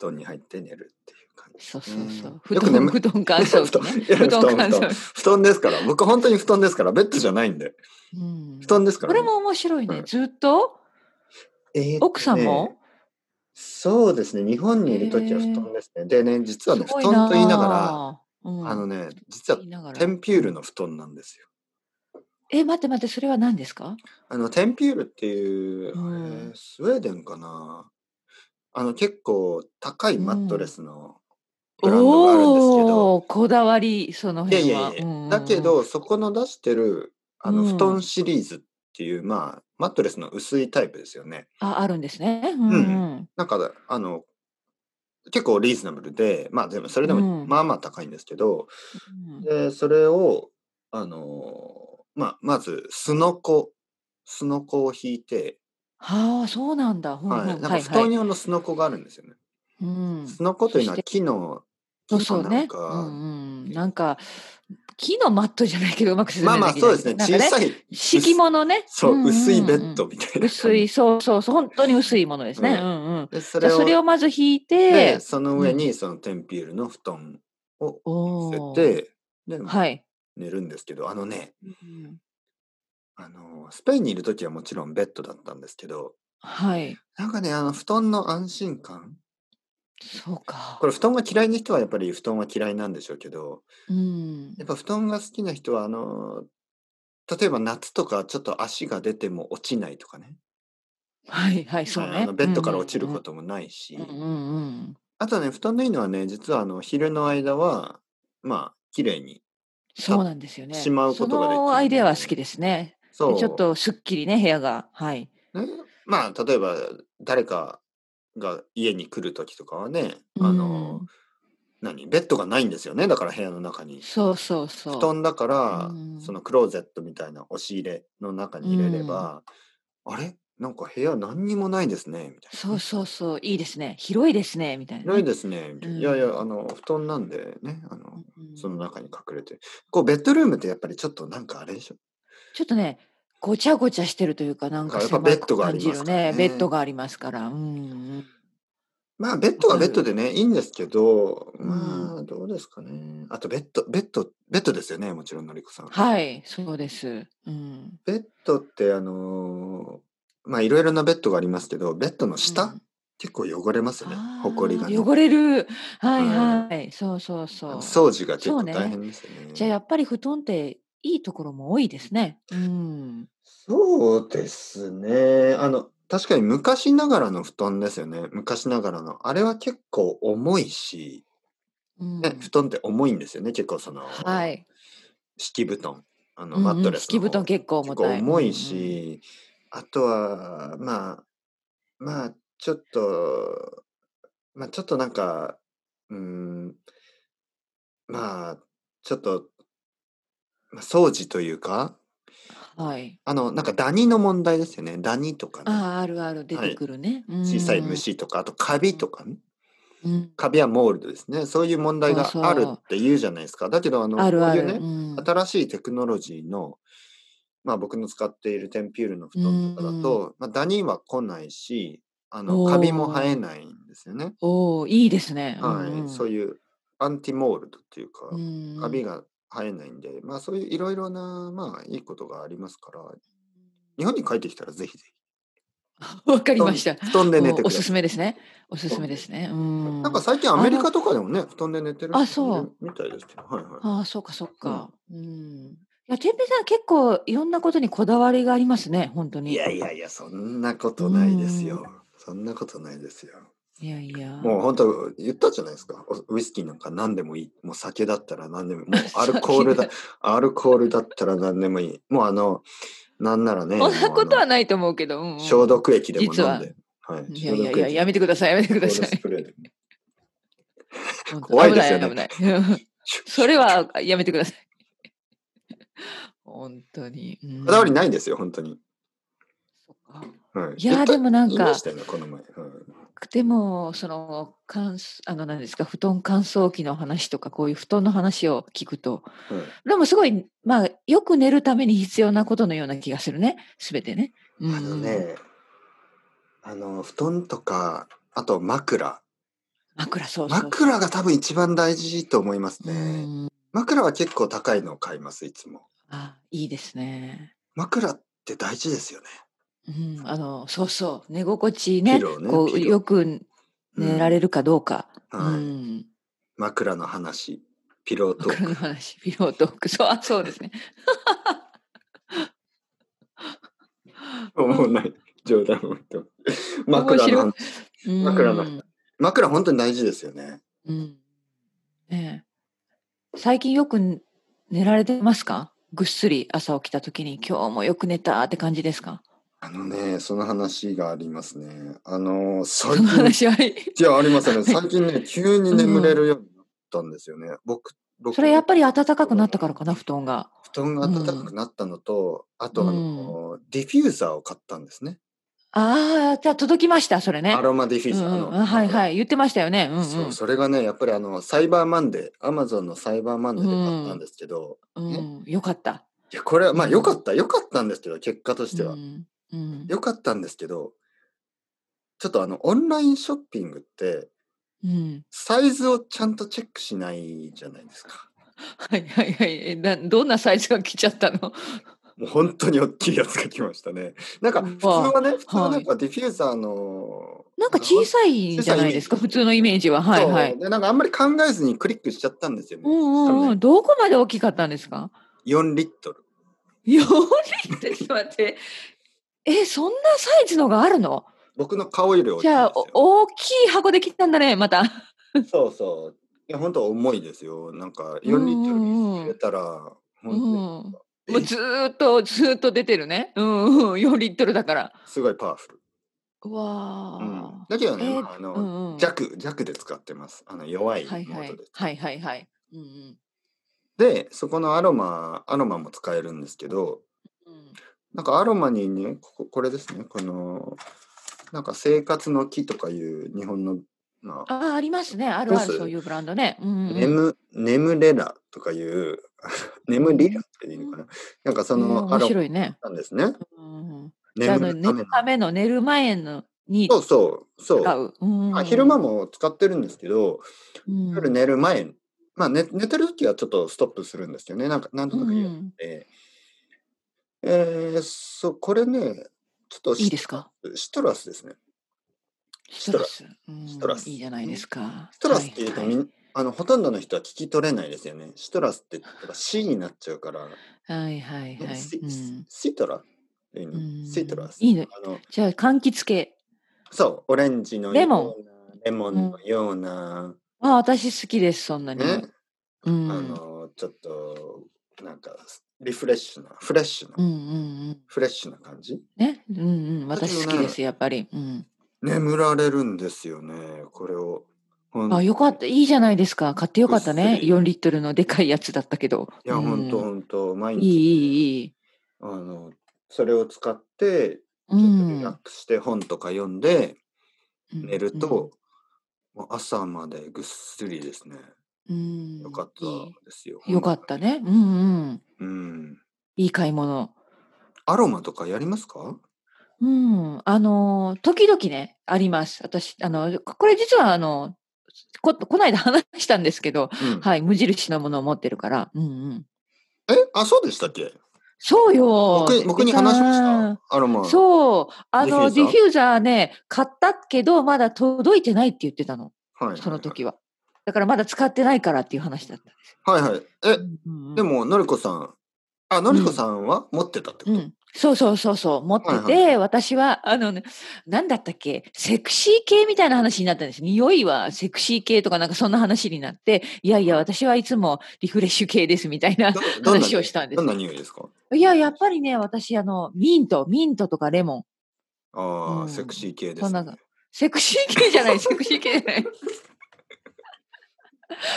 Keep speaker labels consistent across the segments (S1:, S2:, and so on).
S1: 団に入って寝るっていう感じ。。
S2: そうそうそううん布
S1: よく
S2: 団、
S1: 眠
S2: 布団乾燥 機ね。
S1: 布団
S2: 布団乾
S1: 布団
S2: 燥
S1: 布団ですから、僕本当に布団ですから、ベッドじゃないんで。
S2: 機。うん
S1: 布団ですか
S2: こ
S1: ら、
S2: れも面白いね。ずっと
S1: えーっとね
S2: 奥さんも
S1: そうですね、日本にいるときは布団ですね。でね、実はね、布団と言いなが
S2: ら、う
S1: ら、
S2: ん
S1: あのね、実は
S2: 言いながら
S1: テンピュールの布団なんですよ。
S2: え、待って待って、それは何ですか
S1: あの、テンピュールっていう、
S2: うん
S1: あれスウェーデンかな。あの、結構高いマットレスのブランドがあるんですけど、
S2: おーこだわり、その
S1: いやい
S2: 辺
S1: や
S2: は。
S1: いや、
S2: うんうんうん
S1: だけ、どそこの出してるあの
S2: うん
S1: 布団シリーズっていう、まあマットレスの薄いタイプですよね
S2: あ、あるんですね。う
S1: う
S2: んうんん。
S1: なんかあの結構リーズナブルでまあでもそれで
S2: う
S1: も
S2: ん
S1: まあまあ高いんですけど、
S2: うん
S1: でそれをあのまあまずすのこすのこを引いて、
S2: はあ、そうなんだ。うんうん
S1: はい、なん
S2: は
S1: か
S2: い
S1: 布
S2: は
S1: 団
S2: い。
S1: 用のすのこがあるんですよね、
S2: うん
S1: すのこというのは
S2: そ
S1: 木の木
S2: そう
S1: のな
S2: そう
S1: ん
S2: ね。
S1: か、
S2: うんうん。なんか、木のマットじゃないけど、うまく説
S1: ま
S2: 明
S1: あまあ
S2: き
S1: そう
S2: ない
S1: ですね
S2: けど
S1: 小
S2: なんかね
S1: さい
S2: 敷物ね。
S1: そう、
S2: んんん
S1: 薄いベッドみたいな
S2: 薄い、そうそうそう、本当に薄いものですね。
S1: う
S2: うんんうん。
S1: でそ
S2: じゃ
S1: れ
S2: あ
S1: を
S2: それをまず引い
S1: で
S2: て、
S1: その上にそのテンピールの布団を
S2: お
S1: 乗
S2: ー
S1: せて、で
S2: はい。
S1: 寝るんですけどあのね
S2: うん
S1: あのスペインにいる時はもちろんベッドだったんですけど
S2: はい。
S1: なんかねあの布団の安心感
S2: そうか
S1: こ。れ布団が嫌いな人はやっぱり布団は嫌いなんでしょうけど
S2: うん
S1: やっぱ布団が好きな人はあの例えば夏とかちょっと足が出ても落ちないとかね
S2: はいはい、そう
S1: あ
S2: ね
S1: の。ベッドから落ちることもないし、
S2: うんうんうん。
S1: あとね布団のいいのはね実はあの昼の間はまあ綺麗に
S2: そうなんですよね。
S1: しまうことができる
S2: そのアイデアは好きですね。
S1: そう
S2: ちょっとすっきりね、部屋が。はい。
S1: ね、まあ例えば誰かが家に来る時とかはねあの、
S2: うん
S1: 何ベッドがないんですよねだから部屋の中に
S2: そうそうそう。
S1: 布団だから、
S2: うん
S1: そのクローゼットみたいな押し入れの中に入れれば、あれなんか部屋何にもないですねみたいな
S2: そうそうそう。いいですね。広いですね。みたいなね。
S1: 広いですねみたいな、
S2: うん
S1: いやいやあの布団なんでねあの
S2: うんうん
S1: その中に隠れてこうベッドルームってやっぱりちょっとなんかあれでしょ
S2: ちょっとね、ごちゃごちゃしてるというか、なんか
S1: やっぱ
S2: 狭
S1: ベッド
S2: く
S1: があ
S2: 感
S1: り
S2: じ
S1: ます
S2: る
S1: からね
S2: ね。ベッドがありますから。うんうん。
S1: まあ、ベッドは
S2: わか
S1: ベ
S2: る
S1: ッドでね、いいんですけど、
S2: うん
S1: まあ、どうですかね。あと、ベッド、ベッド、ベッドですよね、もちろん、のりこさん。
S2: はい、そうです。うん。
S1: ベッドって、あのーまあ、いろいろなベッドがありますけど、ベッドの下、
S2: うん
S1: 結構汚れますよね、ほこりが、
S2: あ
S1: ね。
S2: ー汚れる。はい
S1: うん
S2: はい。そうそうそう。
S1: 掃除が結
S2: そ
S1: 構
S2: うね
S1: 大変ですよね。
S2: じゃあやっぱり布団っていいところも多いですね。うん。
S1: そうですね。あの、確かに昔ながらの布団ですよね。昔ながらの。あれは結構重いし、
S2: うん
S1: ね布団って重いんですよね、結構その、
S2: はい。
S1: 敷布団あの
S2: うんうん
S1: マットレスの
S2: 敷布団結構重たい
S1: 結重いし、あとはまあまあちょっとまあちょっとなんかうーんまあちょっと、まあ、掃除というか
S2: はい。
S1: あのなんかダニの問題ですよねダニとかね
S2: ああ、あるある出てくるね。うん
S1: 小さい。虫とかあとカビとかね
S2: うん
S1: カビはモールドですねそういう問題が
S2: そうそう
S1: あるって言うじゃないですかだけどあの
S2: あるあ
S1: こうい
S2: る。
S1: うね
S2: うん
S1: 新しいテクノロジーの、まあ、僕の使っているテンピュールの布団とかだと、まあ、ダニは来ないしあの
S2: おー
S1: カビも生えないんですよね。
S2: おお、いいですね。
S1: はいそう
S2: い
S1: いうアンティモールドっていうか、
S2: うん。
S1: カビが生えないんで、まあ、そういういろいろな、まあ、いいことがありますから日本に帰ってきたらぜひぜひ
S2: わか
S1: 布
S2: り
S1: 団
S2: ました。
S1: 布団で寝て
S2: お
S1: く
S2: お
S1: だ
S2: すす
S1: さい。
S2: めですね。おすすめですね。うん。
S1: なんか最近アメリカとかでもね布団で寝てる
S2: あ
S1: 人もいる
S2: そう
S1: みたいですけど、はいはい、
S2: ああ、そうか、そうか。うん。いや、てっぺいさん、結構いろんなことにこだわりがありますね、本当に。
S1: いやいやいやそんなことないですよそんなことないですよ。
S2: いやいや。
S1: もう本当言ったじゃないですか。おウイスキーなんか何でもいい。もう酒だったら何でもいい。もうアルコールだ
S2: 酒、
S1: アルコールだったら何でもいい。もうあの、なんならね。
S2: そんなことは
S1: もう
S2: ないと思うけど。うんう
S1: あ
S2: ん
S1: の消毒液でも飲んで。はいい。
S2: やいや
S1: 消
S2: い
S1: 毒
S2: や、
S1: 液
S2: やめてください、やめてくだ
S1: コー
S2: さ
S1: ルス
S2: い
S1: プ。レーで
S2: 本当
S1: 怖いですよね
S2: 危ない、危ない。それはやめてください。 本当に。うん
S1: こだわりないですよ、本当に。
S2: そっか
S1: はい。
S2: いやー、でもなん
S1: 言いま
S2: か
S1: し、たよね、この前。うん
S2: でも、その、乾燥あの、何ですか、布団乾燥機の話とか、こういう布団の話を聞くと、
S1: はい
S2: でもすごい、まあ、よく寝るために必要なことのような気がするね、すべてね。うん
S1: あのね、あの、布団とか、あと枕、
S2: 枕、そうそう。
S1: 枕が多分一番大事と思います
S2: う
S1: ね。
S2: ん。
S1: 枕は結構高いのを買います、いつも。
S2: あ、いいですね。
S1: 枕って大事ですよね。
S2: うん、あの、そうそう。寝心地ね、
S1: ピローね
S2: こう、
S1: ピロー
S2: よく寝られ
S1: る。
S2: るかどうか。う
S1: はい
S2: ん。
S1: 枕の話、ピロートー
S2: 枕
S1: ク。
S2: の話、ピロートーク。そう、あそうですね。
S1: 思わない。冗談を言ってます枕の話
S2: うん
S1: 枕の枕本当に大事ですよね。
S2: うん。ねえ最近よく寝られてますかぐっすり朝起きた時に今日もよく寝たって感じですか
S1: あのね、その話がありますね。あの、最
S2: その
S1: 近、
S2: 話はいい。
S1: いや、ありますね。最近 ね、急に眠れるようになったんですよね。僕、僕
S2: それやっぱり暖かくなったからかな、布団が。
S1: 布団が暖かくなったのと、あとあの、ディフューザーを買ったんですね。
S2: ああ、じゃあ届きました、それね
S1: ア。ロマディフュー
S2: う
S1: ザー。
S2: んうん
S1: あの
S2: あはい
S1: あの
S2: はい、言ってましたよね。うんうん。
S1: そうそれがねやっぱりあのサイバーマンデーアマゾンのサイバーマンデーで買ったんですけど、
S2: うん、よかった。
S1: いやこれはまあ
S2: うん
S1: 良かった良かったんですけど結果としては、
S2: うんうん
S1: 良かったんですけどちょっとあのオンラインショッピングって
S2: うん、
S1: サイズをちゃんとチェックしないじゃないですか
S2: はいはいはいえなどんなサイズが来ちゃったの
S1: もう本当に大きいやつが来ましたねなんか
S2: うわ
S1: 普通はね普通はなんかディフューザーの
S2: なんか小さいんじゃないですか
S1: 小さいイメージ
S2: 普通のイメージははいは
S1: そ
S2: いう
S1: でなんかあんまり考えずにクリックしちゃったんですよね。
S2: うんうんう
S1: 多分
S2: ん
S1: ね
S2: どこまで大きかったんですか
S1: 4リットル。
S2: 4リってちょっと待ってえそんなサイズのがあるの
S1: 僕の顔より大きい
S2: じゃあ
S1: んですよ。
S2: お大きい箱で来たんだねまた
S1: そうそう。いや本当重いですよ。なんか4リットルに入れたら、
S2: うん
S1: 本
S2: も
S1: 当
S2: う
S1: にえ
S2: ずーっとずーっと出てるねうんうん4リットルだから
S1: すごいパワフル。
S2: うわ
S1: う
S2: ー
S1: ん、だけどね、
S2: えー
S1: まあ、あの、
S2: うんうん
S1: 弱弱で使ってます。あの弱いモ
S2: はいは
S1: ード
S2: い
S1: で。
S2: はいはいはいうんうん
S1: で、そこのアロマアロマも使えるんですけど、
S2: うん
S1: なんかアロマにね、こここれですね、このなんか生活の木とかいう日本のまあ
S2: ああ、ありますね。あるあ
S1: そう
S2: る、
S1: そう
S2: そういうブランドね。うんうん、
S1: 眠、眠れらとかいう、 眠りらっていうのかな。なんかそ
S2: うん
S1: の、あ
S2: 面
S1: の、
S2: 白いね。
S1: なんですね。
S2: うん、じゃあ、あ
S1: 眠
S2: の
S1: るための
S2: 寝る。ための寝る前のに
S1: そうそう、そ
S2: 使
S1: う。
S2: う。うん
S1: あ昼間、も使ってるんですけど、
S2: うん、
S1: 夜寝る前、まあ寝寝てる時はちょっとストップするんですよね。なんか、なんとなく
S2: う
S1: 言っ
S2: ん
S1: て。えー、そう、これね、ちょっと
S2: いいですか
S1: シトラスですね。
S2: ストラス。うん
S1: ストラス
S2: いいじゃないですか。
S1: シトラスっていうと、
S2: はい
S1: みんあの、ほとんどの人は聞き取れないですよね。シトラスって、C になっちゃうから、
S2: はいはいはいはい。
S1: シ
S2: うん
S1: シトラっていう
S2: う
S1: の
S2: ん
S1: シトラス。
S2: いいね
S1: あの
S2: じゃあ、柑橘系。
S1: そう、オレンジの
S2: レ
S1: よう
S2: モ
S1: な
S2: ン、
S1: レモンのような、
S2: あ私好きです、そんなに。
S1: ね、
S2: うん、
S1: あの、ちょっと、なんか、リフレッシュな、フレッシュな、
S2: うんうんうん。
S1: フレッシュな感じ。
S2: ね、うんうん、私好きです、やっぱり。うん、
S1: 眠られるんですよね、これを。ほん
S2: あ、よかった、いいじゃないですか。買ってよかった
S1: ぐっ
S2: ね
S1: す。り
S2: 4リットルのでかいやつだったけど。
S1: いや、
S2: うん
S1: ほんとほんと、毎
S2: い
S1: 日、
S2: いいいいい。
S1: あの、それを使って、ちょ
S2: う
S1: っとリラッ
S2: ん、
S1: クスして本とか読んで、寝る
S2: うん
S1: と、もう朝までぐっすりですね。
S2: うん
S1: よかったですよ。
S2: いいよかったね。うんうん。
S1: うん。
S2: いい買い物。
S1: アロマとかやりますか
S2: うん。あのー、時々ね、あります。私、あの、これ実は、あの、こ、こないだ話したんですけど、
S1: うん
S2: はい、無印のものを持ってるから。うんうん。
S1: えあ、そうでしたっけ
S2: そうよ
S1: 僕僕に話しましたアロマ。
S2: そう。あの、
S1: デ
S2: デ
S1: ィ
S2: ィ
S1: フューザー
S2: フューザーね、買ったけど、まだ届いてないって言ってたの。
S1: はいはいはい
S2: その時は。だからまだ使ってないからっていう話だった。
S1: はいはい。え、
S2: うんうん
S1: でも、のりこさん。あ、のりこさんは持ってたってこ
S2: う
S1: と、
S2: ん、そうそうそうそう持ってて、
S1: はいは
S2: 私はあの、ね、なんだったっけセクシー系みたいな話になったんです匂いはセクシー系とかなんかそんな話になっていやいや私はいつもリフレッシュ系ですみたいな
S1: どどんな
S2: 話をしたんで
S1: どん
S2: す
S1: な匂いですか
S2: いややっぱりね私あのミントミントとかレモン
S1: ああ、
S2: うん
S1: セクシー系で
S2: そ
S1: す、
S2: ん
S1: ね
S2: な。セクシー系じ ゃないセクシー系じゃない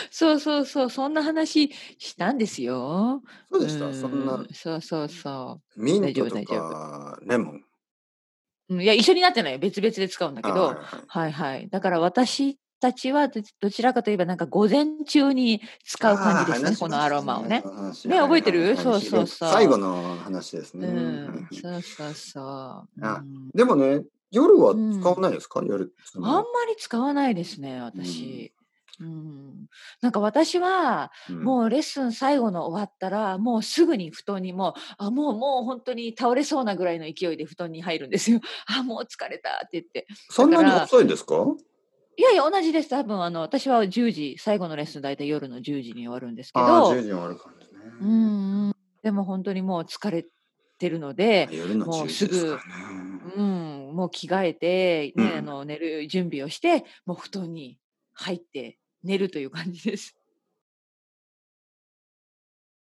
S2: そうそうそうそんな話したんですよ
S1: そうでした、そん
S2: う
S1: な。
S2: そうそうそう
S1: ミントと
S2: 大丈夫
S1: か、レモン。
S2: うんいや、一緒になってないよ。別々で使うんだけ
S1: あは
S2: ど。
S1: いはい
S2: はいはい。だから私たちはどどちらかといえばなんか午前中に使う感じですね。このアロマをね。。
S1: あー話しました
S2: ね覚えてる
S1: はいはいはい
S2: そうそうそう
S1: 最後の話です
S2: う
S1: ね。はいは
S2: ん。
S1: い
S2: そうそうそう。
S1: あ
S2: うん
S1: でもね、夜は
S2: うん
S1: 使わないですか、夜。そ
S2: あんま
S1: の
S2: り使わないですね、私。うん、なんか私は
S1: うん
S2: もうレッスン最後の終わったらもうすぐに布団にもうあもうもう本当に倒れそうなぐらいの勢いで布団に入るんですよ。 あもう疲れたって言って
S1: そんなに
S2: だから
S1: 遅いんですか
S2: いやいや同じです多分あの私は10時最後のレッスン大体夜の10時に終わるんですけ
S1: ああ、
S2: ど
S1: 10時に終わる感じね。
S2: うんうんでも本当にもう疲れてるので、
S1: 夜の
S2: もう
S1: 10時ですからね。
S2: うん、もう着替えて、ね
S1: うん
S2: あの寝る準備をしてもう布団に入って寝るという感じです。